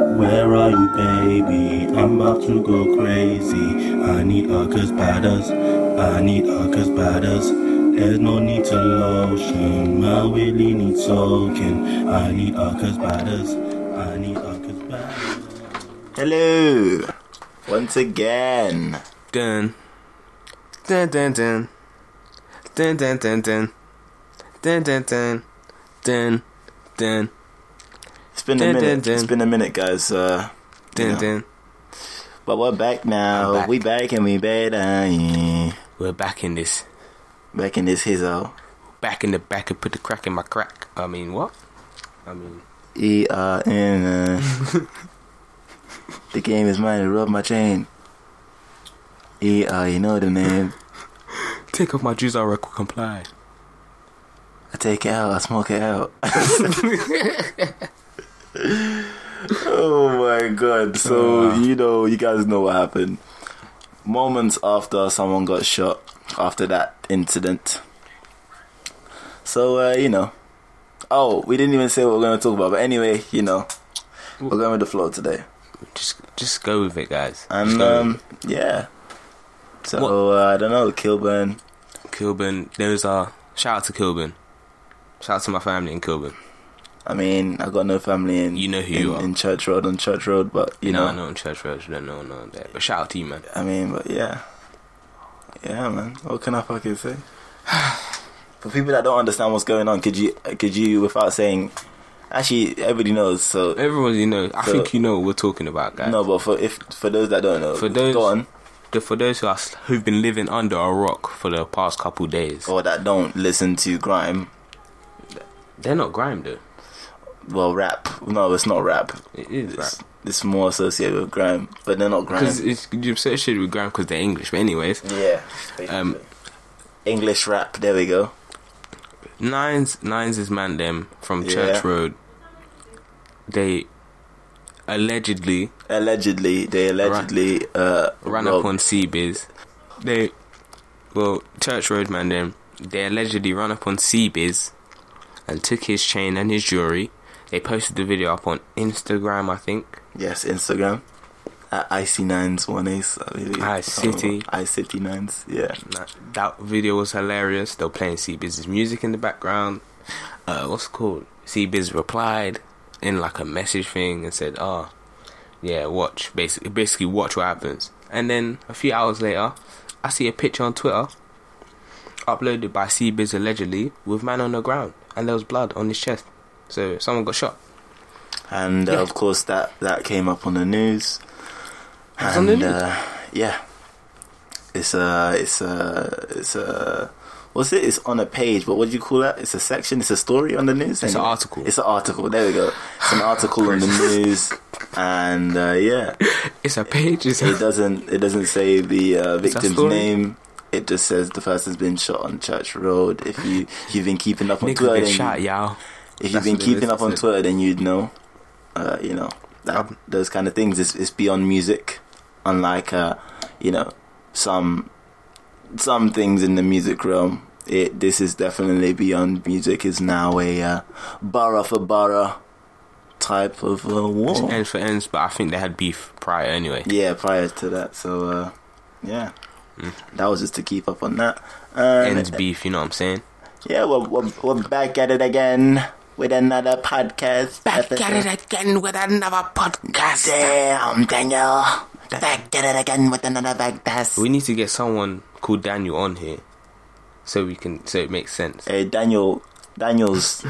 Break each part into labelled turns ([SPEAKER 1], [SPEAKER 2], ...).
[SPEAKER 1] Where are you, baby? I'm about to go crazy. I need Uckers batters. I need Uckers batters. There's no need to lotion. My Willie needs soaking. I need Uckers batters. I need Uckers batters. Hello, once again.
[SPEAKER 2] Dun. Dun dun dun. Dun dun dun dun. Dun dun dun. Dun dun
[SPEAKER 1] It's been a
[SPEAKER 2] Dun, dun,
[SPEAKER 1] minute.
[SPEAKER 2] dun.
[SPEAKER 1] It's been a minute, guys. Uh, you
[SPEAKER 2] dun
[SPEAKER 1] know.
[SPEAKER 2] dun.
[SPEAKER 1] But we're back now.
[SPEAKER 2] We're back.
[SPEAKER 1] We back and we better. Yeah.
[SPEAKER 2] We're back in this.
[SPEAKER 1] Back in this hizzle.
[SPEAKER 2] Back in the back and put the crack in my crack. I mean what? I mean
[SPEAKER 1] E R N. uh, The game is mine. Rub my chain. E R. You know the name.
[SPEAKER 2] Take off my juice I will comply.
[SPEAKER 1] I take it out. I smoke it out. oh my god! So
[SPEAKER 2] Ah.
[SPEAKER 1] you know, you guys know what happened. Moments after someone got shot, after that incident. So uh, you know, oh, we didn't even say what we're gonna talk about. But anyway, you know, we're going with the flow today,
[SPEAKER 2] Just just go with it guys. Just
[SPEAKER 1] and
[SPEAKER 2] go with
[SPEAKER 1] um, yeah. So uh, I don't know, Kilburn.
[SPEAKER 2] it. Kilburn there's a shout out to Kilburn. Shout out to my family in Kilburn.
[SPEAKER 1] I mean, I got no family in
[SPEAKER 2] You know who
[SPEAKER 1] in,
[SPEAKER 2] you are.
[SPEAKER 1] in Church Road on Church Road, but you
[SPEAKER 2] You know,
[SPEAKER 1] know,
[SPEAKER 2] I know in Church Road, you don't know none of that. But shout out to you man.
[SPEAKER 1] I mean, but yeah. Yeah, man. What can I fucking say? For people that don't understand what's going on, could you, could you, without saying, actually, everybody knows. So
[SPEAKER 2] Everyone you know, I
[SPEAKER 1] So-
[SPEAKER 2] think you know what we're talking about guys.
[SPEAKER 1] no, but for if for those that don't know,
[SPEAKER 2] For those-
[SPEAKER 1] go on,
[SPEAKER 2] The, for those of us who've been living under a rock for the past couple days,
[SPEAKER 1] or that don't listen to grime,
[SPEAKER 2] they're not grime though.
[SPEAKER 1] well, rap. No, it's not rap.
[SPEAKER 2] It is
[SPEAKER 1] It's, it's more associated with grime, but they're not grime.
[SPEAKER 2] because it's you associated with grime because they're English. But anyways,
[SPEAKER 1] Yeah.
[SPEAKER 2] Um,
[SPEAKER 1] English rap. There we go.
[SPEAKER 2] Nines Nines is man them from
[SPEAKER 1] Yeah.
[SPEAKER 2] Church Road. They allegedly
[SPEAKER 1] Allegedly, they allegedly uh,
[SPEAKER 2] ran
[SPEAKER 1] robbed-
[SPEAKER 2] up on Seabiz. They well Church Road man them they allegedly ran up on Seabiz and took his chain and his jewelry. They posted the video up on Instagram, I think.
[SPEAKER 1] Yes, Instagram. At icy nines one ace. I believe. Oh,
[SPEAKER 2] iCity.
[SPEAKER 1] I city nines. Yeah.
[SPEAKER 2] That, that video was hilarious. They were playing Cbiz's music in the background. Uh, what's it called? Cbiz replied in like a message thing and said, "Ah, yeah, watch. Basically, basically, watch what happens." And then a few hours later, I see a picture on Twitter uploaded by Cbiz allegedly with man on the ground, and there was blood on his chest. So someone got shot.
[SPEAKER 1] And uh,
[SPEAKER 2] Yeah.
[SPEAKER 1] of course that that came up on the news.
[SPEAKER 2] It's on the news.
[SPEAKER 1] Uh, yeah. It's a it's a it's a what's it? It's on a page, but what do you call that? It's a section. It's a story on the news.
[SPEAKER 2] It's an
[SPEAKER 1] anyway.
[SPEAKER 2] article.
[SPEAKER 1] It's an article. There we go. It's an article on the news, and uh, yeah,
[SPEAKER 2] It's a page. It's
[SPEAKER 1] it
[SPEAKER 2] a,
[SPEAKER 1] doesn't it doesn't say the uh,
[SPEAKER 2] It's a
[SPEAKER 1] victim's
[SPEAKER 2] story.
[SPEAKER 1] name. It just says the person's been shot on Church Road. If you you've been keeping up on
[SPEAKER 2] nigga
[SPEAKER 1] Twitter,
[SPEAKER 2] been
[SPEAKER 1] then-
[SPEAKER 2] shot, y'all.
[SPEAKER 1] if you've
[SPEAKER 2] That's
[SPEAKER 1] been
[SPEAKER 2] what it
[SPEAKER 1] keeping
[SPEAKER 2] is,
[SPEAKER 1] up on
[SPEAKER 2] isn't it?
[SPEAKER 1] Twitter, then you'd know. Uh, you know that
[SPEAKER 2] Um,
[SPEAKER 1] those kind of things. It's, it's beyond music, unlike uh, you know some some things in the music realm. It this is definitely beyond music. Is now a uh, borough for borough type of uh,
[SPEAKER 2] It's
[SPEAKER 1] war.
[SPEAKER 2] ends for ends, but I think they had beef prior anyway.
[SPEAKER 1] Yeah, prior to that. So uh, yeah, that was just to keep up on that. Um,
[SPEAKER 2] Ends beef, you know what I'm saying?
[SPEAKER 1] yeah, we're, we're, we're back at it again with another podcast.
[SPEAKER 2] Back
[SPEAKER 1] episode.
[SPEAKER 2] at it again with another podcast.
[SPEAKER 1] Damn, Daniel. Back at it again with another back pass.
[SPEAKER 2] We need to get someone called Daniel on here, so we can so it makes sense.
[SPEAKER 1] Hey, Daniel. Daniel's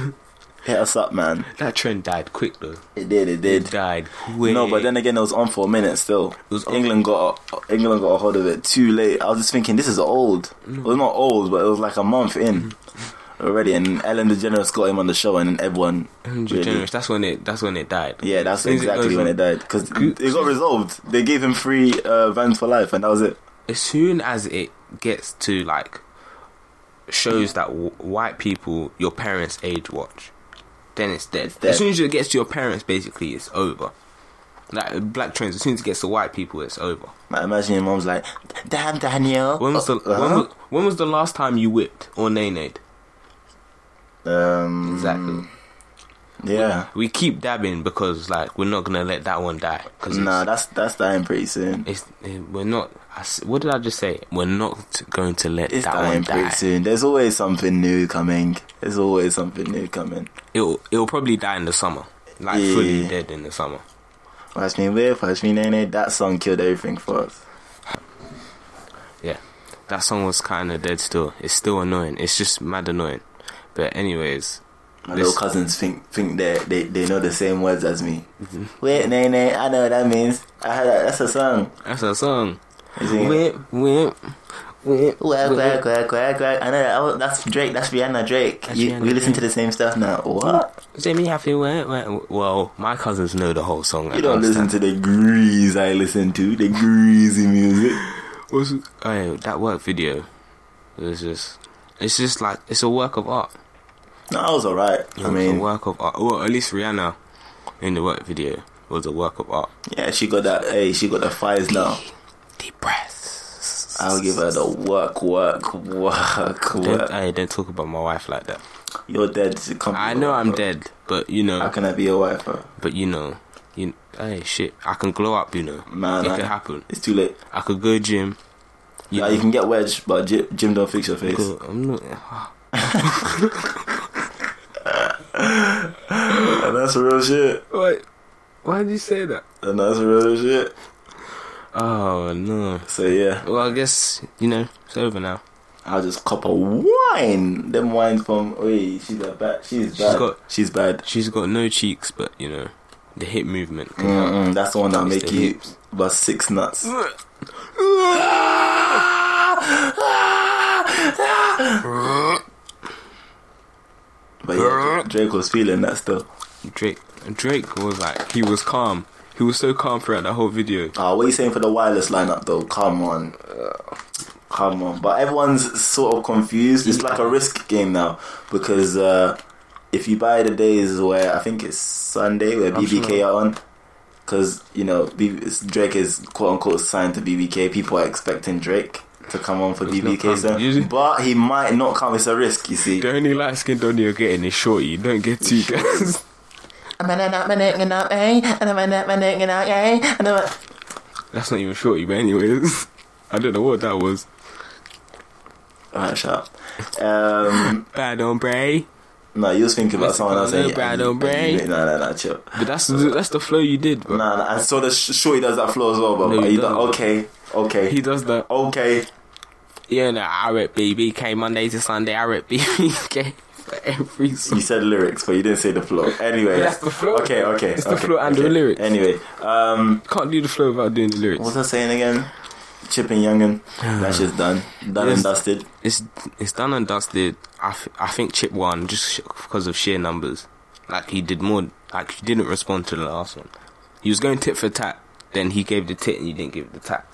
[SPEAKER 1] hit us up, man.
[SPEAKER 2] That trend died quick though.
[SPEAKER 1] It did, it
[SPEAKER 2] It
[SPEAKER 1] did.
[SPEAKER 2] died quick.
[SPEAKER 1] No, but then again, it was on for a minute still.
[SPEAKER 2] was on.
[SPEAKER 1] England got England got a hold of it too late. I was just thinking, this is old. Well, not old, but it was like a month in
[SPEAKER 2] Mm-hmm.
[SPEAKER 1] already. And Ellen DeGeneres got him on the show, and then everyone.
[SPEAKER 2] Hundred
[SPEAKER 1] really-
[SPEAKER 2] generous. That's when it. That's when it died.
[SPEAKER 1] Yeah, that's
[SPEAKER 2] As soon as
[SPEAKER 1] exactly
[SPEAKER 2] goes
[SPEAKER 1] when
[SPEAKER 2] on-
[SPEAKER 1] it died because
[SPEAKER 2] Good.
[SPEAKER 1] it got resolved. They gave him free uh, vans for life, and that was it.
[SPEAKER 2] As soon as it gets to like shows that w- white people your parents' age watch, then it's dead.
[SPEAKER 1] dead.
[SPEAKER 2] As soon as it gets to your parents, basically, it's over. Like black trends. As soon as it gets to white people, it's over.
[SPEAKER 1] Like, imagine your mom's like, "Damn, Daniel."
[SPEAKER 2] When was the
[SPEAKER 1] Uh-huh.
[SPEAKER 2] when, was, when was the last time you whipped or nay nayed?
[SPEAKER 1] Um,
[SPEAKER 2] Exactly.
[SPEAKER 1] Yeah.
[SPEAKER 2] We keep dabbing because like we're not gonna let that one die. Cause
[SPEAKER 1] Nah,
[SPEAKER 2] it's,
[SPEAKER 1] that's that's dying pretty soon.
[SPEAKER 2] it's eh, we're not. I s what did I just say? We're not going to let
[SPEAKER 1] It's
[SPEAKER 2] that
[SPEAKER 1] dying
[SPEAKER 2] one
[SPEAKER 1] pretty
[SPEAKER 2] die.
[SPEAKER 1] soon. There's always something new coming. There's always something new coming.
[SPEAKER 2] It'll it'll probably die in the summer, like
[SPEAKER 1] Yeah.
[SPEAKER 2] fully dead in the summer.
[SPEAKER 1] Watch me with, watch me nene. That song killed everything for us.
[SPEAKER 2] Yeah, that song was kind of dead still. It's still annoying. It's just mad annoying. But anyways,
[SPEAKER 1] My
[SPEAKER 2] This-
[SPEAKER 1] little cousins think think they they, they know the same words as me.
[SPEAKER 2] Mm-hmm.
[SPEAKER 1] Wait, nene, I know what that means. I heard that. That's a song.
[SPEAKER 2] that's a song.
[SPEAKER 1] You see?
[SPEAKER 2] Whip, whip, whip,
[SPEAKER 1] Quack, quack,
[SPEAKER 2] whip.
[SPEAKER 1] quack, quack, quack. I know that. Oh, that's Drake. That's Rihanna Drake.
[SPEAKER 2] That's
[SPEAKER 1] you,
[SPEAKER 2] Rihanna
[SPEAKER 1] we listen to
[SPEAKER 2] Drake. Mm-hmm.
[SPEAKER 1] the same stuff now. What?
[SPEAKER 2] Say me happy, whip, whip. Well, my cousins know the whole song.
[SPEAKER 1] You don't listen to the grease I listen to. The greasy music.
[SPEAKER 2] What's oh, that work video? It was just, it's just like it's a work of art.
[SPEAKER 1] No, I was alright.
[SPEAKER 2] It
[SPEAKER 1] I
[SPEAKER 2] was a
[SPEAKER 1] mean,
[SPEAKER 2] work of art. Well, at least Rihanna in the work video was a work of art.
[SPEAKER 1] yeah, she got that. Hey, she got the fires now.
[SPEAKER 2] Deep breaths.
[SPEAKER 1] I'll give her the work, work, work,
[SPEAKER 2] Don't,
[SPEAKER 1] work.
[SPEAKER 2] hey, don't talk about my wife like that.
[SPEAKER 1] You're dead. Come
[SPEAKER 2] I know I'm dead, but you know,
[SPEAKER 1] How can I be your wife? Bro?
[SPEAKER 2] but you know, you hey shit, I can glow up, you know.
[SPEAKER 1] Man,
[SPEAKER 2] it
[SPEAKER 1] I-
[SPEAKER 2] could happen.
[SPEAKER 1] It's too late.
[SPEAKER 2] I could go gym. You
[SPEAKER 1] Yeah,
[SPEAKER 2] know,
[SPEAKER 1] you can get wedge, but Jim, Jim don't fix your face.
[SPEAKER 2] go- I'm not.
[SPEAKER 1] And that's real shit.
[SPEAKER 2] Why? Why did you say that?
[SPEAKER 1] And that's real shit.
[SPEAKER 2] Oh no.
[SPEAKER 1] So yeah,
[SPEAKER 2] Well, I guess you know it's over now.
[SPEAKER 1] I'll just cop a wine. Them wines from. Wait, she's a bad. She's
[SPEAKER 2] She's
[SPEAKER 1] bad.
[SPEAKER 2] got-
[SPEAKER 1] she's bad.
[SPEAKER 2] She's got no cheeks, but you know, the hip movement. Can help.
[SPEAKER 1] Mm-mm, that's the one that
[SPEAKER 2] It's
[SPEAKER 1] make
[SPEAKER 2] the
[SPEAKER 1] you
[SPEAKER 2] hips.
[SPEAKER 1] bust six nuts. But yeah, Dra- Drake was feeling that still.
[SPEAKER 2] Drake, Drake was like, he was calm. He was so calm throughout the whole video.
[SPEAKER 1] Uh, what are you saying for the wireless lineup though? Come on. Come on. But everyone's sort of confused. It's like a risk game now because uh, if you buy the days where I think it's Sunday where
[SPEAKER 2] I'm
[SPEAKER 1] BBK
[SPEAKER 2] sure.
[SPEAKER 1] are on, because you know B- it's- Drake is quote unquote signed to BBK, people are expecting Drake to come on for
[SPEAKER 2] It's not
[SPEAKER 1] BBK,
[SPEAKER 2] come. Usually-
[SPEAKER 1] soon. but he might not come. It's a risk, you see.
[SPEAKER 2] The only light skinned on you're getting is shorty. You don't get two guys. That's not even shorty, but anyways, I don't know what that was.
[SPEAKER 1] Alright, shut up. Um,
[SPEAKER 2] Bad on Bray.
[SPEAKER 1] no, you was thinking about
[SPEAKER 2] What's it
[SPEAKER 1] someone else.
[SPEAKER 2] called?
[SPEAKER 1] and you-
[SPEAKER 2] Brad
[SPEAKER 1] and you-
[SPEAKER 2] O'Brien.
[SPEAKER 1] and you- No, no, no, chill.
[SPEAKER 2] But that's the, that's the flow you did, bro.
[SPEAKER 1] Nah, nah, I saw the sh- shorty does that flow as well, but
[SPEAKER 2] No,
[SPEAKER 1] are
[SPEAKER 2] he
[SPEAKER 1] you done?
[SPEAKER 2] doesn't.
[SPEAKER 1] Okay, okay,
[SPEAKER 2] He does that.
[SPEAKER 1] okay.
[SPEAKER 2] Yeah, no, I rep BBK Monday to Sunday. I rep BBK for every
[SPEAKER 1] You
[SPEAKER 2] song.
[SPEAKER 1] said lyrics, but you didn't say the flow. Anyway,
[SPEAKER 2] That's the flow.
[SPEAKER 1] Okay, okay,
[SPEAKER 2] It's the
[SPEAKER 1] okay,
[SPEAKER 2] flow and the
[SPEAKER 1] okay.
[SPEAKER 2] lyrics.
[SPEAKER 1] Anyway, um,
[SPEAKER 2] Can't do the flow without doing the lyrics.
[SPEAKER 1] what was I saying again? Chip and Youngin, that shit's done, done
[SPEAKER 2] Yes.
[SPEAKER 1] and dusted.
[SPEAKER 2] It's it's done and dusted. I, f- I think Chip won just because of sheer numbers. Like he did more. Like he didn't respond to the last one. He was going tit for tat. Then he gave the tit and you didn't give the tat.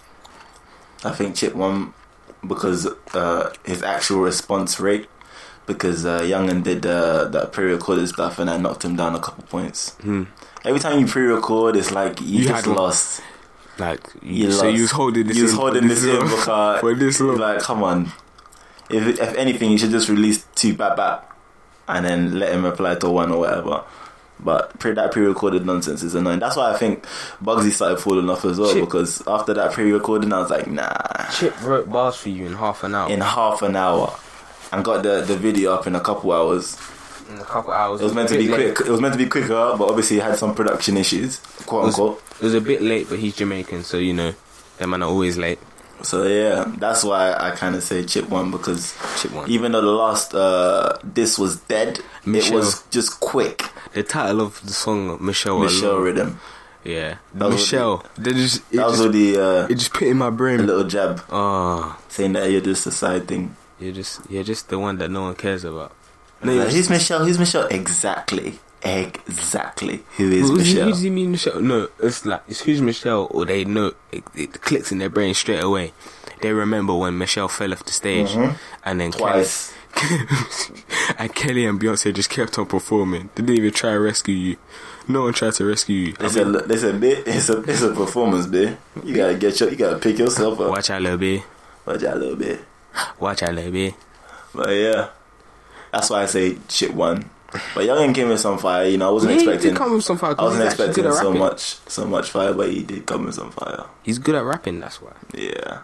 [SPEAKER 1] I think Chip won because uh, his actual response rate, because uh, Youngin did uh, that pre-recorded stuff and I knocked him down a couple points.
[SPEAKER 2] Hmm.
[SPEAKER 1] Every time you pre-record, it's like you,
[SPEAKER 2] You
[SPEAKER 1] just
[SPEAKER 2] had-
[SPEAKER 1] lost.
[SPEAKER 2] Like
[SPEAKER 1] You
[SPEAKER 2] you, so
[SPEAKER 1] lost.
[SPEAKER 2] you was holding this.
[SPEAKER 1] You was
[SPEAKER 2] in for
[SPEAKER 1] holding this in
[SPEAKER 2] long.
[SPEAKER 1] because
[SPEAKER 2] for this long.
[SPEAKER 1] like, come on. If if anything, you should just release two bap bap, and then let him reply to one or whatever. But pre- that pre-recorded nonsense is annoying. That's why I think Bugsy started falling off as well
[SPEAKER 2] Shit.
[SPEAKER 1] because after that pre-recording, I was like, nah.
[SPEAKER 2] Chip wrote bars for you in half an hour.
[SPEAKER 1] In half an hour, and got the the video up in a couple hours.
[SPEAKER 2] in a couple hours.
[SPEAKER 1] It was meant to be quick. It was meant to be quicker, but obviously it had some production issues, quote
[SPEAKER 2] Was-
[SPEAKER 1] unquote.
[SPEAKER 2] It was a bit late, but he's Jamaican, so you know, them man are always late.
[SPEAKER 1] So yeah, that's why I kind of say Chip won because
[SPEAKER 2] Chip won.
[SPEAKER 1] even though the last uh this was dead it
[SPEAKER 2] Michelle.
[SPEAKER 1] was just quick
[SPEAKER 2] The title of the song Michelle.
[SPEAKER 1] Michelle
[SPEAKER 2] Alone.
[SPEAKER 1] rhythm
[SPEAKER 2] Yeah,
[SPEAKER 1] That was-
[SPEAKER 2] Michelle. They just it
[SPEAKER 1] that was
[SPEAKER 2] just,
[SPEAKER 1] already uh,
[SPEAKER 2] it just put in my
[SPEAKER 1] a
[SPEAKER 2] brain.
[SPEAKER 1] little jab
[SPEAKER 2] Oh,
[SPEAKER 1] saying that you're just a side thing
[SPEAKER 2] you're just you're just the one that no one cares about. No,
[SPEAKER 1] like,
[SPEAKER 2] you-
[SPEAKER 1] who's Michelle who's Michelle exactly exactly who is
[SPEAKER 2] who, who
[SPEAKER 1] Michelle
[SPEAKER 2] does he mean Michelle? No, it's like it's who's Michelle, or they know it, it clicks in their brain straight away. They remember when Michelle fell off the stage, and then
[SPEAKER 1] Mm-hmm. twice
[SPEAKER 2] Kelly, and Kelly and Beyonce just kept on performing. They didn't even try to rescue you. No one tried to rescue you.
[SPEAKER 1] they said look, they said "Babe, it's a it's a performance bit you gotta get your you gotta pick yourself up
[SPEAKER 2] Watch I love it.
[SPEAKER 1] watch out a little bit
[SPEAKER 2] Watch I love it.
[SPEAKER 1] but yeah that's why I say Chip won But Youngin came with some fire. You know, I wasn't
[SPEAKER 2] Yeah, he did
[SPEAKER 1] expecting.
[SPEAKER 2] come with some fire, 'cause
[SPEAKER 1] I wasn't
[SPEAKER 2] he's actually
[SPEAKER 1] expecting
[SPEAKER 2] good at
[SPEAKER 1] so
[SPEAKER 2] rapping.
[SPEAKER 1] much, so much fire, but he did come with some fire.
[SPEAKER 2] He's good at rapping, that's why.
[SPEAKER 1] Yeah.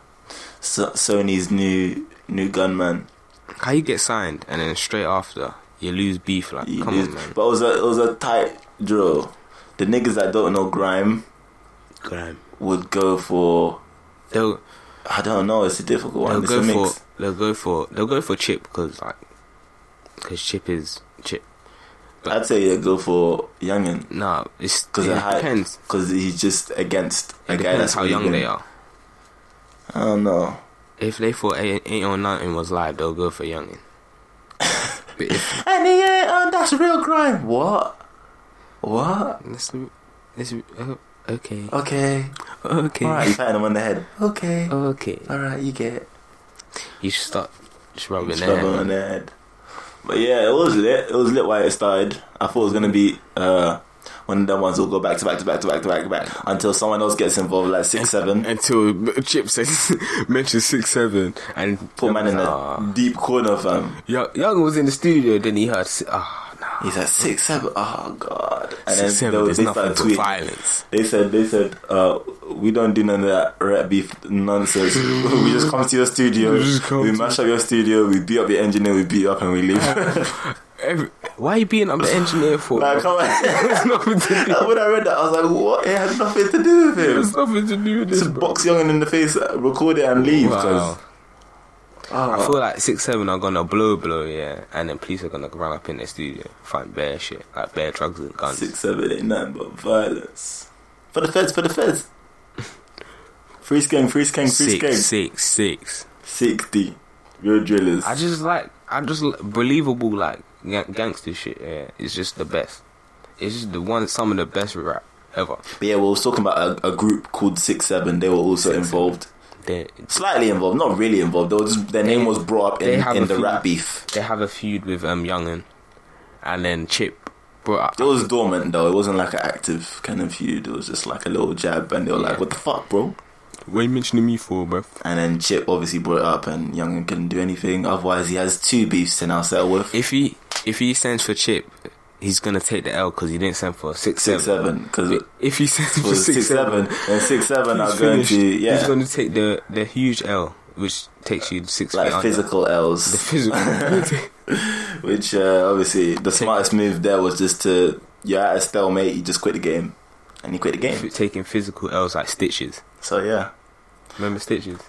[SPEAKER 1] So, Sony's new new gunman.
[SPEAKER 2] How you get signed and then straight after you lose beef? Like,
[SPEAKER 1] He
[SPEAKER 2] come
[SPEAKER 1] did-
[SPEAKER 2] on, man.
[SPEAKER 1] But it was a it was a tight drill. The niggas that don't know grime
[SPEAKER 2] Grime.
[SPEAKER 1] would go for
[SPEAKER 2] They'll
[SPEAKER 1] I don't know. It's a difficult
[SPEAKER 2] they'll
[SPEAKER 1] one. It's a
[SPEAKER 2] go
[SPEAKER 1] mix.
[SPEAKER 2] for they'll go for they'll go for Chip because like because Chip is Chip.
[SPEAKER 1] I'd say they go for Youngin
[SPEAKER 2] Nah, it's
[SPEAKER 1] because
[SPEAKER 2] it depends.
[SPEAKER 1] because he's just against a guy
[SPEAKER 2] It depends
[SPEAKER 1] that's
[SPEAKER 2] how
[SPEAKER 1] really
[SPEAKER 2] young
[SPEAKER 1] good.
[SPEAKER 2] they are.
[SPEAKER 1] I don't know.
[SPEAKER 2] If they thought eight, eight or nothing was live, they'll go for youngin. but if
[SPEAKER 1] And he ain't, uh, that's real crime. What? What?
[SPEAKER 2] this, this, oh, okay,
[SPEAKER 1] Okay.
[SPEAKER 2] okay,
[SPEAKER 1] All right. You patted him on the head. Okay.
[SPEAKER 2] okay,
[SPEAKER 1] All right. You get it.
[SPEAKER 2] you should start just rubbing
[SPEAKER 1] Just
[SPEAKER 2] their
[SPEAKER 1] rub him on
[SPEAKER 2] head.
[SPEAKER 1] the head. But yeah, it was lit. It was lit while it started. I thought it was gonna be uh, one of them ones will go back to back to back to back to back to back until someone else gets involved, like six seven.
[SPEAKER 2] Until Chip says mentioned six seven and
[SPEAKER 1] Poor man in
[SPEAKER 2] Ah.
[SPEAKER 1] the deep corner, fam.
[SPEAKER 2] Young, Young was in the studio, then he heard. si- Ah, nah.
[SPEAKER 1] He's at six seven. Oh god. And
[SPEAKER 2] Six, seven,
[SPEAKER 1] they,
[SPEAKER 2] there's
[SPEAKER 1] they
[SPEAKER 2] nothing
[SPEAKER 1] started
[SPEAKER 2] but
[SPEAKER 1] tweeting.
[SPEAKER 2] violence.
[SPEAKER 1] They said, they said, uh, we don't do none of that rat beef nonsense. we just come to your studio,
[SPEAKER 2] We just come
[SPEAKER 1] we
[SPEAKER 2] to-
[SPEAKER 1] mash up your studio, we beat up your engineer, we beat you up and we leave.
[SPEAKER 2] Every, why are you being up the engineer for?
[SPEAKER 1] like,
[SPEAKER 2] bro?
[SPEAKER 1] come on.
[SPEAKER 2] There's nothing to do.
[SPEAKER 1] when I read that, I was like, what? It had nothing to do with him.
[SPEAKER 2] There's nothing to do with this.
[SPEAKER 1] Just
[SPEAKER 2] Bro.
[SPEAKER 1] box Youngin in the face, uh, record it and leave. 'cause-
[SPEAKER 2] Wow. I feel like six seven are gonna blow blow, yeah, and then police are gonna run up in the studio, find bear shit, like bear drugs and guns.
[SPEAKER 1] Six, seven, eight, nine, but violence. For the feds, for the feds. Free skank, free skank, free
[SPEAKER 2] six,
[SPEAKER 1] skank.
[SPEAKER 2] six, six.
[SPEAKER 1] 60. Real drillers.
[SPEAKER 2] I just like I just like believable like gang- gangster shit. Yeah, it's just the best. It's just the one some of the best rap ever.
[SPEAKER 1] But yeah, we was talking about a, a group called Six Seven. They were also involved,
[SPEAKER 2] They
[SPEAKER 1] slightly involved, not really involved. They were just, their name was brought up
[SPEAKER 2] they
[SPEAKER 1] in,
[SPEAKER 2] have
[SPEAKER 1] in
[SPEAKER 2] a
[SPEAKER 1] the
[SPEAKER 2] few-
[SPEAKER 1] rap beef.
[SPEAKER 2] they have a feud with um Youngin, and then Chip brought
[SPEAKER 1] It
[SPEAKER 2] up.
[SPEAKER 1] was dormant though. It wasn't like an active kind of feud. It was just like a little jab, and they were like,
[SPEAKER 2] Yeah.
[SPEAKER 1] "What the fuck, bro?"
[SPEAKER 2] What you mentioning me for, bro?
[SPEAKER 1] And then Chip obviously brought it up, and Young couldn't do anything. Otherwise, he has two beefs to now settle with.
[SPEAKER 2] If he if he sends for Chip, he's gonna take the L because he didn't send for six
[SPEAKER 1] Six
[SPEAKER 2] seven.
[SPEAKER 1] Seven, because it
[SPEAKER 2] If he sends for
[SPEAKER 1] was
[SPEAKER 2] six seven,
[SPEAKER 1] and Six Seven
[SPEAKER 2] he's
[SPEAKER 1] are going
[SPEAKER 2] finished.
[SPEAKER 1] to yeah,
[SPEAKER 2] He's gonna take the the huge L, which takes you six feet
[SPEAKER 1] like
[SPEAKER 2] under.
[SPEAKER 1] physical L's.
[SPEAKER 2] The physical.
[SPEAKER 1] Which uh, obviously the smartest move there was just to you're at a stalemate, you just quit the game, and you quit the game.
[SPEAKER 2] F- taking physical L's like stitches.
[SPEAKER 1] So yeah,
[SPEAKER 2] Remember stitches?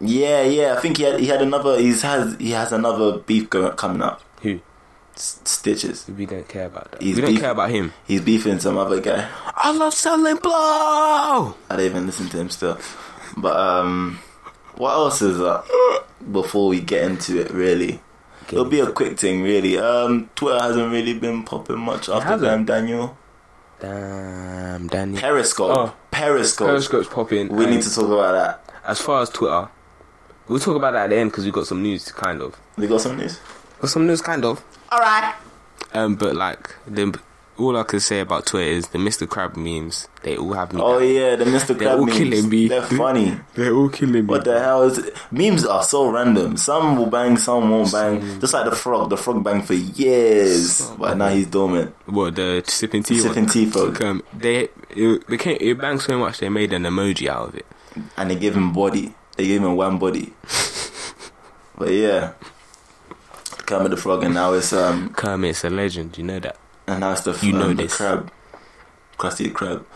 [SPEAKER 1] yeah, yeah. I think he had he had another. He's has he has another beef go, coming up.
[SPEAKER 2] Who?
[SPEAKER 1] S- Stitches.
[SPEAKER 2] We don't care about that.
[SPEAKER 1] He's
[SPEAKER 2] we don't
[SPEAKER 1] beef-
[SPEAKER 2] care about him.
[SPEAKER 1] He's beefing some other guy.
[SPEAKER 2] I love selling blow.
[SPEAKER 1] I don't even listen to him still. But um, what else is that? Before we get into it, really, it'll be a quick thing, really. Um, Twitter hasn't really been popping much after
[SPEAKER 2] hasn't.
[SPEAKER 1] them, Daniel.
[SPEAKER 2] Damn, Danny.
[SPEAKER 1] Periscope.
[SPEAKER 2] Oh.
[SPEAKER 1] Periscope.
[SPEAKER 2] Periscope's popping.
[SPEAKER 1] We
[SPEAKER 2] and
[SPEAKER 1] need to talk about that.
[SPEAKER 2] As far as Twitter, we'll talk about that at the end because we got some news, kind of.
[SPEAKER 1] We got some news.
[SPEAKER 2] Got some news, kind of.
[SPEAKER 1] All right.
[SPEAKER 2] Um, but like the all I can say about Twitter is the Mr. Crab memes. They all have me.
[SPEAKER 1] Oh
[SPEAKER 2] down.
[SPEAKER 1] yeah, the Mr.
[SPEAKER 2] They're
[SPEAKER 1] Crab
[SPEAKER 2] all
[SPEAKER 1] memes.
[SPEAKER 2] killing me.
[SPEAKER 1] They're funny.
[SPEAKER 2] They're all killing me.
[SPEAKER 1] What the hell is it? memes are so random. Some will bang, some won't bang. Just like the frog. The frog banged for years, but now he's dormant.
[SPEAKER 2] What the sipping tea?
[SPEAKER 1] Sipping
[SPEAKER 2] one?
[SPEAKER 1] tea frog,
[SPEAKER 2] Um, they it became it banged so much they made an emoji out of it.
[SPEAKER 1] and they gave him body. They gave him one body. but yeah, Kermit the frog, and now it's um,
[SPEAKER 2] Kermit's a legend. You know that.
[SPEAKER 1] and now it's the
[SPEAKER 2] You know
[SPEAKER 1] um, the
[SPEAKER 2] this.
[SPEAKER 1] crab, crusty the crab.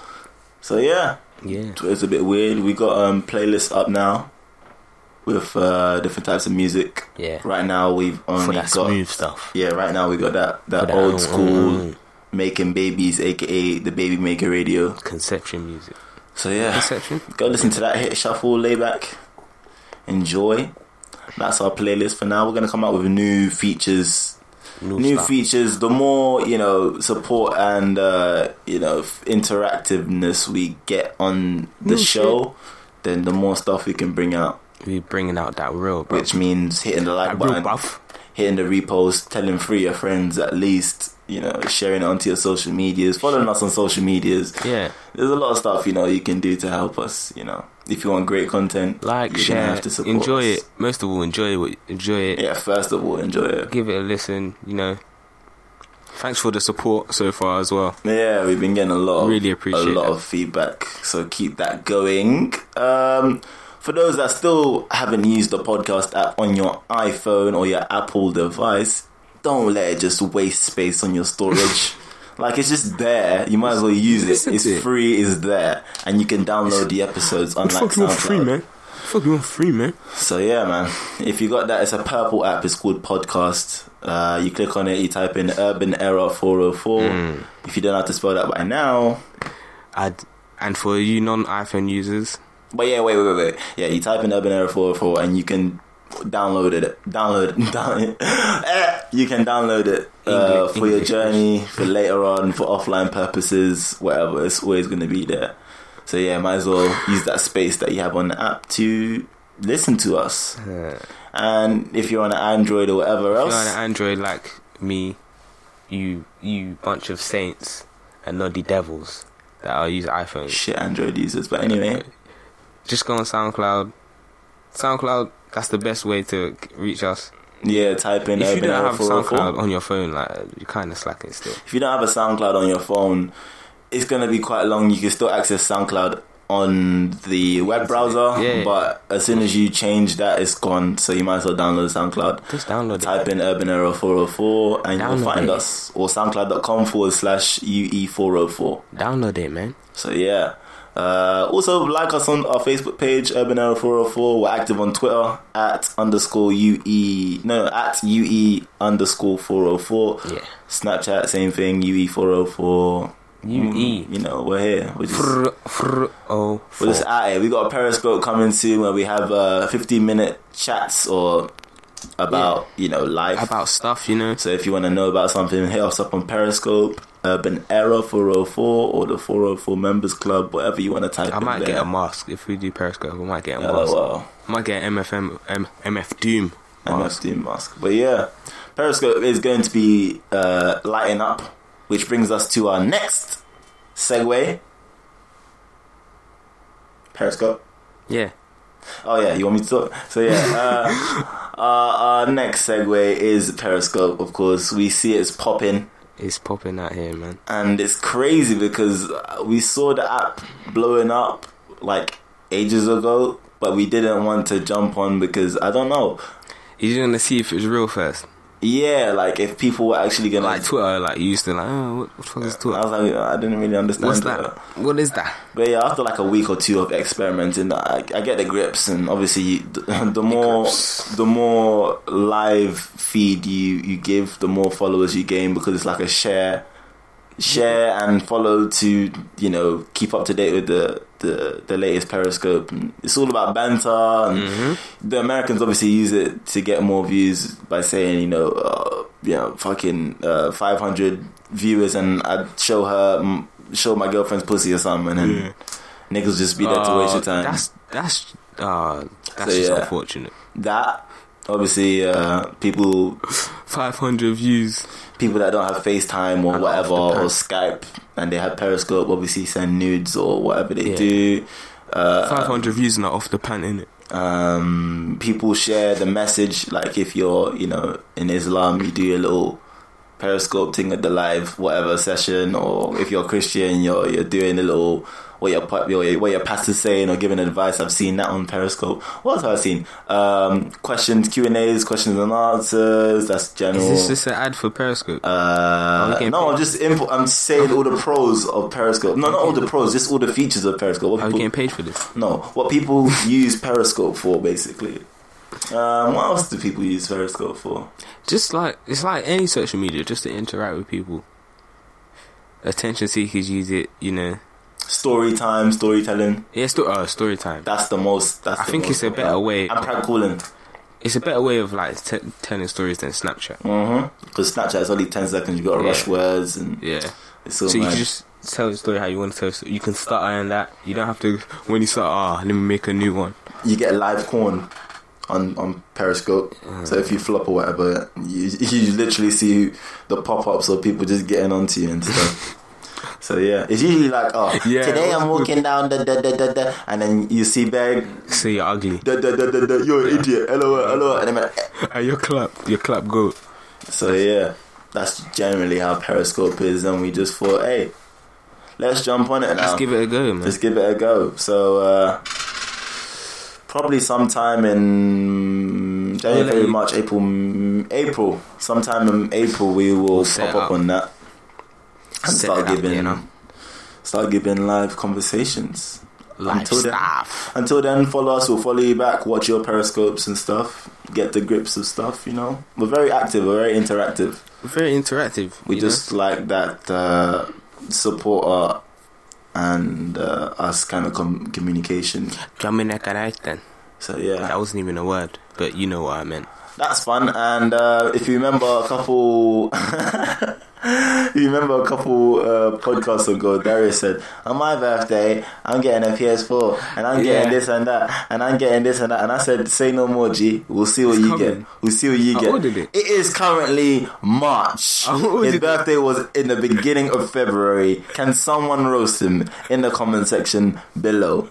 [SPEAKER 1] So yeah,
[SPEAKER 2] Yeah.
[SPEAKER 1] Twitter's a bit weird. We got um playlists up now with uh different types of music.
[SPEAKER 2] Yeah.
[SPEAKER 1] Right now we've only
[SPEAKER 2] For that
[SPEAKER 1] got
[SPEAKER 2] smooth stuff.
[SPEAKER 1] yeah. Right now we got that
[SPEAKER 2] For
[SPEAKER 1] that
[SPEAKER 2] that
[SPEAKER 1] old
[SPEAKER 2] old-
[SPEAKER 1] school making babies, aka the Baby Maker Radio.
[SPEAKER 2] Conception music.
[SPEAKER 1] So yeah,
[SPEAKER 2] Conception.
[SPEAKER 1] go listen to that. Hit shuffle, lay back, enjoy. That's our playlist for now. We're gonna come out with new features.
[SPEAKER 2] New,
[SPEAKER 1] New
[SPEAKER 2] stuff.
[SPEAKER 1] features. The more you know, support and uh, you know f- interactiveness we get on the
[SPEAKER 2] New shit.
[SPEAKER 1] show, then the more stuff we can bring out.
[SPEAKER 2] We bringing out that real, bro.
[SPEAKER 1] Which means hitting the like
[SPEAKER 2] that real
[SPEAKER 1] button,
[SPEAKER 2] buff.
[SPEAKER 1] hitting the repost, telling three of your friends at least, you know, sharing it onto your social medias, following us on social medias.
[SPEAKER 2] Yeah.
[SPEAKER 1] There's a lot of stuff, you know, you can do to help us, you know. If you want great content,
[SPEAKER 2] Like,
[SPEAKER 1] you're gonna
[SPEAKER 2] share,
[SPEAKER 1] have to support
[SPEAKER 2] enjoy
[SPEAKER 1] us.
[SPEAKER 2] it. Most of all, enjoy it. Enjoy it.
[SPEAKER 1] Yeah, first of all, enjoy it.
[SPEAKER 2] Give it a listen. You know. Thanks for the support so far as well.
[SPEAKER 1] Yeah, we've been getting a lot. Of,
[SPEAKER 2] Really appreciate
[SPEAKER 1] a lot
[SPEAKER 2] it.
[SPEAKER 1] of feedback, so keep that going. Um, for those that still haven't used the podcast app on your iPhone or your Apple device, don't let it just waste space on your storage. like it's just there, you might as well use it.
[SPEAKER 2] Listen
[SPEAKER 1] It's
[SPEAKER 2] to it.
[SPEAKER 1] free, it's there, and you can download the episodes. Unlike SoundCloud.
[SPEAKER 2] Fuck you want free, man?
[SPEAKER 1] So yeah, man. If you got that, it's a purple app. It's called Podcast. Uh, you click on it. You type in Urban Error Four Hundred Four.
[SPEAKER 2] Mm.
[SPEAKER 1] If you don't have to spell that by now,
[SPEAKER 2] I'd, and for you non iPhone users,
[SPEAKER 1] but yeah, wait, wait, wait, wait. Yeah, you type in Urban Error Four Hundred Four, and you can download it. Download, down, eh, you can download it uh,
[SPEAKER 2] English-
[SPEAKER 1] for your
[SPEAKER 2] English.
[SPEAKER 1] journey, for later on, for offline purposes, whatever. It's always going to be there. So yeah, might as well use that space that you have on the app to listen to us.
[SPEAKER 2] uh,
[SPEAKER 1] And if you're on an Android or whatever
[SPEAKER 2] if
[SPEAKER 1] else,
[SPEAKER 2] you're an Android like me, you you bunch of saints and naughty devils that are use iPhones.
[SPEAKER 1] shit Android users. But anyway,
[SPEAKER 2] Just go on SoundCloud. SoundCloud, that's the best way to reach us.
[SPEAKER 1] yeah, type in
[SPEAKER 2] if you
[SPEAKER 1] Urban
[SPEAKER 2] don't
[SPEAKER 1] Error
[SPEAKER 2] have SoundCloud
[SPEAKER 1] 404.
[SPEAKER 2] on your phone, like you're kind of slacking still.
[SPEAKER 1] If you don't have a SoundCloud on your phone, it's gonna be quite long. You can still access SoundCloud on the web browser,
[SPEAKER 2] Yeah.
[SPEAKER 1] but as soon as you change that, it's gone. So you might as well download SoundCloud.
[SPEAKER 2] Just download it.
[SPEAKER 1] Type in Urban Error 404 and you'll
[SPEAKER 2] Download
[SPEAKER 1] find
[SPEAKER 2] it.
[SPEAKER 1] us or soundcloud.com forward slash E UE404.
[SPEAKER 2] Download it, man.
[SPEAKER 1] So yeah. Uh, also like us on our Facebook page, Urban Era 404. We're active on Twitter at underscore UE no at UE underscore 404.
[SPEAKER 2] Yeah.
[SPEAKER 1] Snapchat, same thing, E UE 404.
[SPEAKER 2] UE.
[SPEAKER 1] Mm, You know, we're here. We're just,
[SPEAKER 2] Frr, frr, oh,
[SPEAKER 1] we're just
[SPEAKER 2] four.
[SPEAKER 1] at it. We got a Periscope coming soon where we have uh 15 minute chats or about you know life.
[SPEAKER 2] about stuff, you know.
[SPEAKER 1] So if you want to know about something, hit us up on Periscope, Urban Era 404, or the 404 Members Club, whatever you want to type
[SPEAKER 2] I
[SPEAKER 1] in
[SPEAKER 2] might
[SPEAKER 1] there.
[SPEAKER 2] get a mask if we do Periscope. I might get a
[SPEAKER 1] Oh,
[SPEAKER 2] mask.
[SPEAKER 1] wow.
[SPEAKER 2] I might get an MFM, M, MF Doom
[SPEAKER 1] MF
[SPEAKER 2] mask.
[SPEAKER 1] Doom mask. But yeah, Periscope is going to be uh, lighting up, which brings us to our next segue. Periscope.
[SPEAKER 2] Yeah,
[SPEAKER 1] Oh yeah, you want me to talk? So yeah, uh, our, our next segue is Periscope. Of course, we see it's popping,
[SPEAKER 2] it's popping out here, man.
[SPEAKER 1] and it's crazy because we saw the app blowing up like ages ago, but we didn't want to jump on because I don't know.
[SPEAKER 2] You just gonna see if it's real first,
[SPEAKER 1] Yeah, like if people were actually gonna
[SPEAKER 2] like Twitter, like you used to, like, oh, what, what the fuck is
[SPEAKER 1] I
[SPEAKER 2] Twitter?
[SPEAKER 1] was like, I didn't really understand
[SPEAKER 2] What's
[SPEAKER 1] it.
[SPEAKER 2] that? What is that?
[SPEAKER 1] But yeah, after like a week or two of experimenting, I, I get the grips, and obviously, you, the, the more
[SPEAKER 2] grips.
[SPEAKER 1] the more live feed you you give, the more followers you gain because it's like a share, share and follow to you know keep up to date with the the, the latest Periscope. And it's all about banter, and
[SPEAKER 2] Mm-hmm.
[SPEAKER 1] the Americans obviously use it to get more views by saying you know uh, you know fucking uh, five hundred viewers, and I'd show her. mm, Show my girlfriend's pussy or something, and niggas just be there to waste your
[SPEAKER 2] Uh,
[SPEAKER 1] time.
[SPEAKER 2] That's that's uh, that's
[SPEAKER 1] So,
[SPEAKER 2] just
[SPEAKER 1] yeah.
[SPEAKER 2] unfortunate.
[SPEAKER 1] that obviously uh, people
[SPEAKER 2] Five hundred views.
[SPEAKER 1] people that don't have FaceTime or
[SPEAKER 2] And
[SPEAKER 1] whatever
[SPEAKER 2] off
[SPEAKER 1] or
[SPEAKER 2] the pan.
[SPEAKER 1] Skype and they have Periscope obviously send nudes or whatever they
[SPEAKER 2] Yeah.
[SPEAKER 1] do. Uh,
[SPEAKER 2] Five hundred views not off the pan, innit?
[SPEAKER 1] Um, people share the message like if you're you know in Islam you do a little Periscope thing at the live whatever session or if you're Christian you're you're doing a little. What your, pa- your what your pastor's saying or giving advice, I've seen that on Periscope. What else have I seen? Um, questions, Q and A's, questions and answers. That's general.
[SPEAKER 2] Is this just an ad for Periscope? Are we
[SPEAKER 1] Uh,
[SPEAKER 2] getting
[SPEAKER 1] no,
[SPEAKER 2] paid?
[SPEAKER 1] I'm just impo- I'm saying all the pros of Periscope. No, not all the pros, just all the features of Periscope. What
[SPEAKER 2] Are we
[SPEAKER 1] people,
[SPEAKER 2] getting paid for this?
[SPEAKER 1] no, what people use Periscope for, basically. Um, what else do people use Periscope for?
[SPEAKER 2] Just like it's like any social media, just to interact with people. Attention seekers use it, you know.
[SPEAKER 1] Story time, storytelling.
[SPEAKER 2] Yeah, sto- uh, story time.
[SPEAKER 1] That's the most. That's
[SPEAKER 2] I
[SPEAKER 1] the
[SPEAKER 2] think
[SPEAKER 1] most-
[SPEAKER 2] it's a better way.
[SPEAKER 1] I'm prank calling.
[SPEAKER 2] It's a better way of like t- telling stories than Snapchat.
[SPEAKER 1] Because Mm-hmm. Snapchat is only ten seconds. You got to
[SPEAKER 2] Yeah.
[SPEAKER 1] rush words and
[SPEAKER 2] Yeah.
[SPEAKER 1] it's all
[SPEAKER 2] So you
[SPEAKER 1] mad.
[SPEAKER 2] can just tell the story how you want to tell. the story. You can start on that. You don't have to when you start. Ah, let me make a new one.
[SPEAKER 1] you get live corn on on Periscope. So if you flop or whatever, you, you literally see the pop ups of people just getting onto you and stuff. So yeah, it's usually like, oh,
[SPEAKER 2] Yeah,
[SPEAKER 1] today
[SPEAKER 2] what's
[SPEAKER 1] I'm
[SPEAKER 2] good?
[SPEAKER 1] walking down da da da da da, and then you see bag
[SPEAKER 2] So you're ugly.
[SPEAKER 1] da da da da da, you're an idiot, hello hello, and then
[SPEAKER 2] And your clap, your clap go.
[SPEAKER 1] eh. so yeah, That's generally how Periscope is, and we just thought, hey, let's jump on it now.
[SPEAKER 2] Let's give it a go, man.
[SPEAKER 1] Just give it a go. So uh, probably sometime in January,
[SPEAKER 2] Well, let
[SPEAKER 1] February,
[SPEAKER 2] me-
[SPEAKER 1] March, April, mm, April. Sometime in April, we will
[SPEAKER 2] set
[SPEAKER 1] pop
[SPEAKER 2] it
[SPEAKER 1] up,
[SPEAKER 2] up.
[SPEAKER 1] on that and
[SPEAKER 2] Set
[SPEAKER 1] start
[SPEAKER 2] it up,
[SPEAKER 1] giving
[SPEAKER 2] you know.
[SPEAKER 1] start giving live conversations.
[SPEAKER 2] Live
[SPEAKER 1] Until then-
[SPEAKER 2] stuff.
[SPEAKER 1] Until then, follow us. We'll follow you back. Watch your periscopes and stuff. Get the grips of stuff. You know, we're very active. We're very interactive.
[SPEAKER 2] Very interactive.
[SPEAKER 1] We
[SPEAKER 2] you
[SPEAKER 1] just like that uh, supporter and uh, us kind of com- communication.
[SPEAKER 2] know. Drumming like a knife then.
[SPEAKER 1] So yeah,
[SPEAKER 2] That wasn't even a word, but you know what I meant.
[SPEAKER 1] that's fun. And uh, if you remember a couple, you remember a couple uh, podcasts ago, Darius said, "On my birthday, I'm getting a PS4, and I'm getting
[SPEAKER 2] Yeah.
[SPEAKER 1] this and that, and I'm getting this and that." And I said, "Say no more, G. We'll see what
[SPEAKER 2] It's
[SPEAKER 1] you
[SPEAKER 2] coming.
[SPEAKER 1] get. We'll see what you
[SPEAKER 2] How
[SPEAKER 1] get."
[SPEAKER 2] old is it?
[SPEAKER 1] it is currently March.
[SPEAKER 2] How old
[SPEAKER 1] His
[SPEAKER 2] is it?
[SPEAKER 1] birthday was in the beginning of February. Can someone roast him in the comment section below?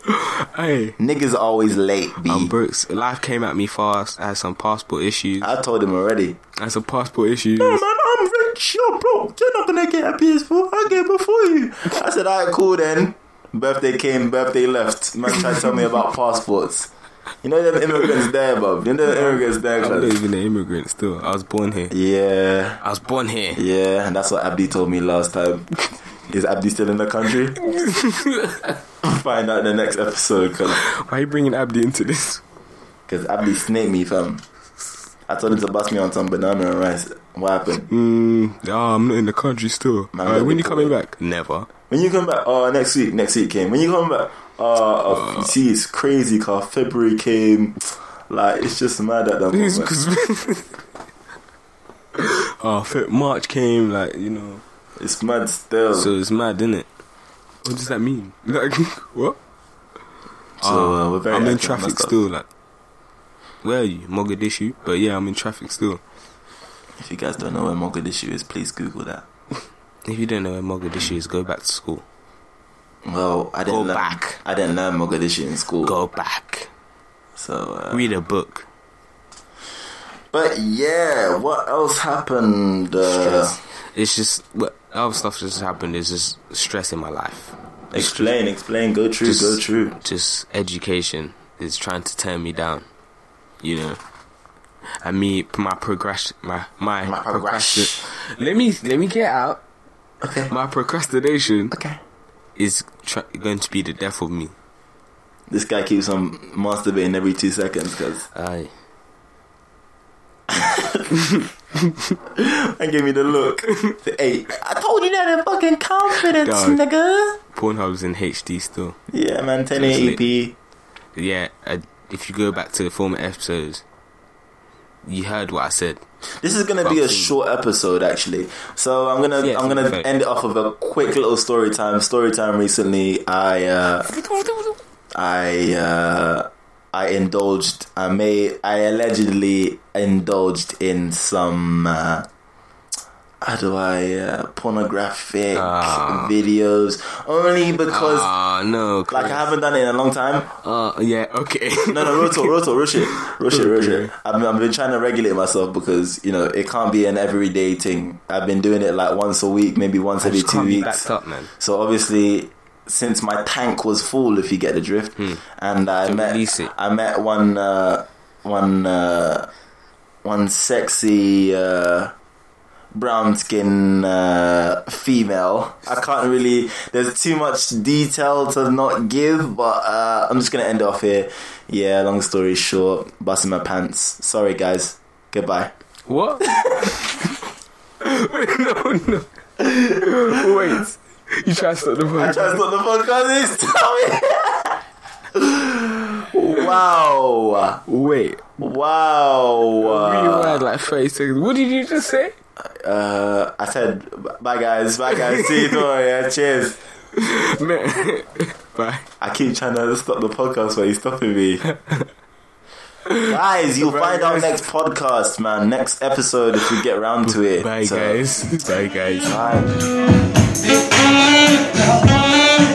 [SPEAKER 2] Hey.
[SPEAKER 1] Niggas are always late. B.
[SPEAKER 2] Um, Brooks, life came at me fast. I had some passport issues.
[SPEAKER 1] I told him already.
[SPEAKER 2] I had some passport issues.
[SPEAKER 1] Ah. No, man, I'm rich. You're broke. You're not gonna get a PS4. I get it before you. I said, alright, cool then. Birthday came, birthday left. Man tried to tell me about passports. You know them immigrants there, bub. You know them immigrants there,
[SPEAKER 2] I'm not
[SPEAKER 1] cuz.
[SPEAKER 2] even an immigrant still. I was born here.
[SPEAKER 1] Yeah,
[SPEAKER 2] I was born here.
[SPEAKER 1] yeah. And that's what Abdi told me last time. Is Abdi still in the country? Find out in the next episode, cuz.
[SPEAKER 2] Why are you bringing Abdi into this?
[SPEAKER 1] Cause I be snake me, fam. I told him to bust me on some banana and rice. What happened?
[SPEAKER 2] Mm, oh, I'm not in the country still.
[SPEAKER 1] Man,
[SPEAKER 2] Alright, when you
[SPEAKER 1] look,
[SPEAKER 2] coming
[SPEAKER 1] boy.
[SPEAKER 2] back? Never.
[SPEAKER 1] When you come back? Oh, next week. Next week came. When you come back? Oh, uh, see, it's crazy. Cause February came. Like it's just mad at the
[SPEAKER 2] It's
[SPEAKER 1] moment.
[SPEAKER 2] 'cause- oh, Fe- March came, like, you know.
[SPEAKER 1] It's mad still. So,
[SPEAKER 2] So it's mad, isn't it? What does that mean? Like, what?
[SPEAKER 1] uh, we're very
[SPEAKER 2] I'm in
[SPEAKER 1] active,
[SPEAKER 2] traffic
[SPEAKER 1] messed up.
[SPEAKER 2] still, like. Where are you? Mogadishu? But yeah, I'm in traffic still.
[SPEAKER 1] If you guys don't know where Mogadishu is, please Google that.
[SPEAKER 2] If you don't know where Mogadishu is, go back to school.
[SPEAKER 1] Well, I didn't
[SPEAKER 2] Go
[SPEAKER 1] learn.
[SPEAKER 2] back.
[SPEAKER 1] I didn't learn Mogadishu in school.
[SPEAKER 2] Go back.
[SPEAKER 1] So, uh,
[SPEAKER 2] Read a book.
[SPEAKER 1] but yeah, what else happened? Uh,
[SPEAKER 2] It's just what other stuff just happened. Is just stress in my life.
[SPEAKER 1] explain, explain. Go true,
[SPEAKER 2] Just-
[SPEAKER 1] go true.
[SPEAKER 2] Just education is trying to turn me down. You know, and me my progress my my,
[SPEAKER 1] My progress-
[SPEAKER 2] procrasti- Let me let me get out.
[SPEAKER 1] Okay.
[SPEAKER 2] My procrastination
[SPEAKER 1] Okay.
[SPEAKER 2] is tr- going to be the death of me.
[SPEAKER 1] This guy keeps on masturbating every two seconds because
[SPEAKER 2] Aye.
[SPEAKER 1] and give me the look. The eight. I told you that in fucking confidence,
[SPEAKER 2] Dog.
[SPEAKER 1] nigga.
[SPEAKER 2] Pornhub's in HD still.
[SPEAKER 1] Yeah, man. E 1080p.
[SPEAKER 2] Yeah, I, if you go back to the former episodes, you heard what I said.
[SPEAKER 1] This is gonna be a
[SPEAKER 2] Fucking-
[SPEAKER 1] short episode, actually. So I'm gonna
[SPEAKER 2] Yeah,
[SPEAKER 1] I'm gonna
[SPEAKER 2] okay.
[SPEAKER 1] end it off with a quick little story time. Story time. Recently, I uh, I uh, I indulged. I may I allegedly indulged in some. Uh, how do I uh, pornographic
[SPEAKER 2] Ah.
[SPEAKER 1] videos? Only because
[SPEAKER 2] Ah no,
[SPEAKER 1] Like I haven't done it in a long time.
[SPEAKER 2] Uh, yeah, okay.
[SPEAKER 1] No, no, real talk, real talk, real shit, real shit, real shit. I've been, I've been trying to regulate myself because you know it can't be an everyday thing. I've been doing it like once a week, maybe once
[SPEAKER 2] I
[SPEAKER 1] every
[SPEAKER 2] just
[SPEAKER 1] two
[SPEAKER 2] can't be
[SPEAKER 1] weeks.
[SPEAKER 2] backed up, man.
[SPEAKER 1] So obviously, since my tank was full, if you get the drift, and I
[SPEAKER 2] To
[SPEAKER 1] met
[SPEAKER 2] Hmm. release it.
[SPEAKER 1] I met one uh, one uh, one sexy uh, brown skin uh, female. I can't really. There's too much detail to not give, but uh, I'm just gonna end it off here. Yeah, long story short, busting my pants. Sorry, guys. Goodbye.
[SPEAKER 2] What? no, no. Wait. You try to stop the
[SPEAKER 1] I
[SPEAKER 2] word.
[SPEAKER 1] tried to stop the podcast. It's Tommy. wow.
[SPEAKER 2] Wait.
[SPEAKER 1] Wow.
[SPEAKER 2] Rewind like 30 seconds. What did you just say?
[SPEAKER 1] Uh, I said, bye guys, bye guys, see you tomorrow, yeah, cheers.
[SPEAKER 2] Man. Bye.
[SPEAKER 1] I keep trying to stop the podcast, but he's stopping me. guys, you'll find out next podcast, man. Next episode if we get round to it.
[SPEAKER 2] Bye,
[SPEAKER 1] So,
[SPEAKER 2] guys. Bye, guys.
[SPEAKER 1] Bye.
[SPEAKER 3] Thank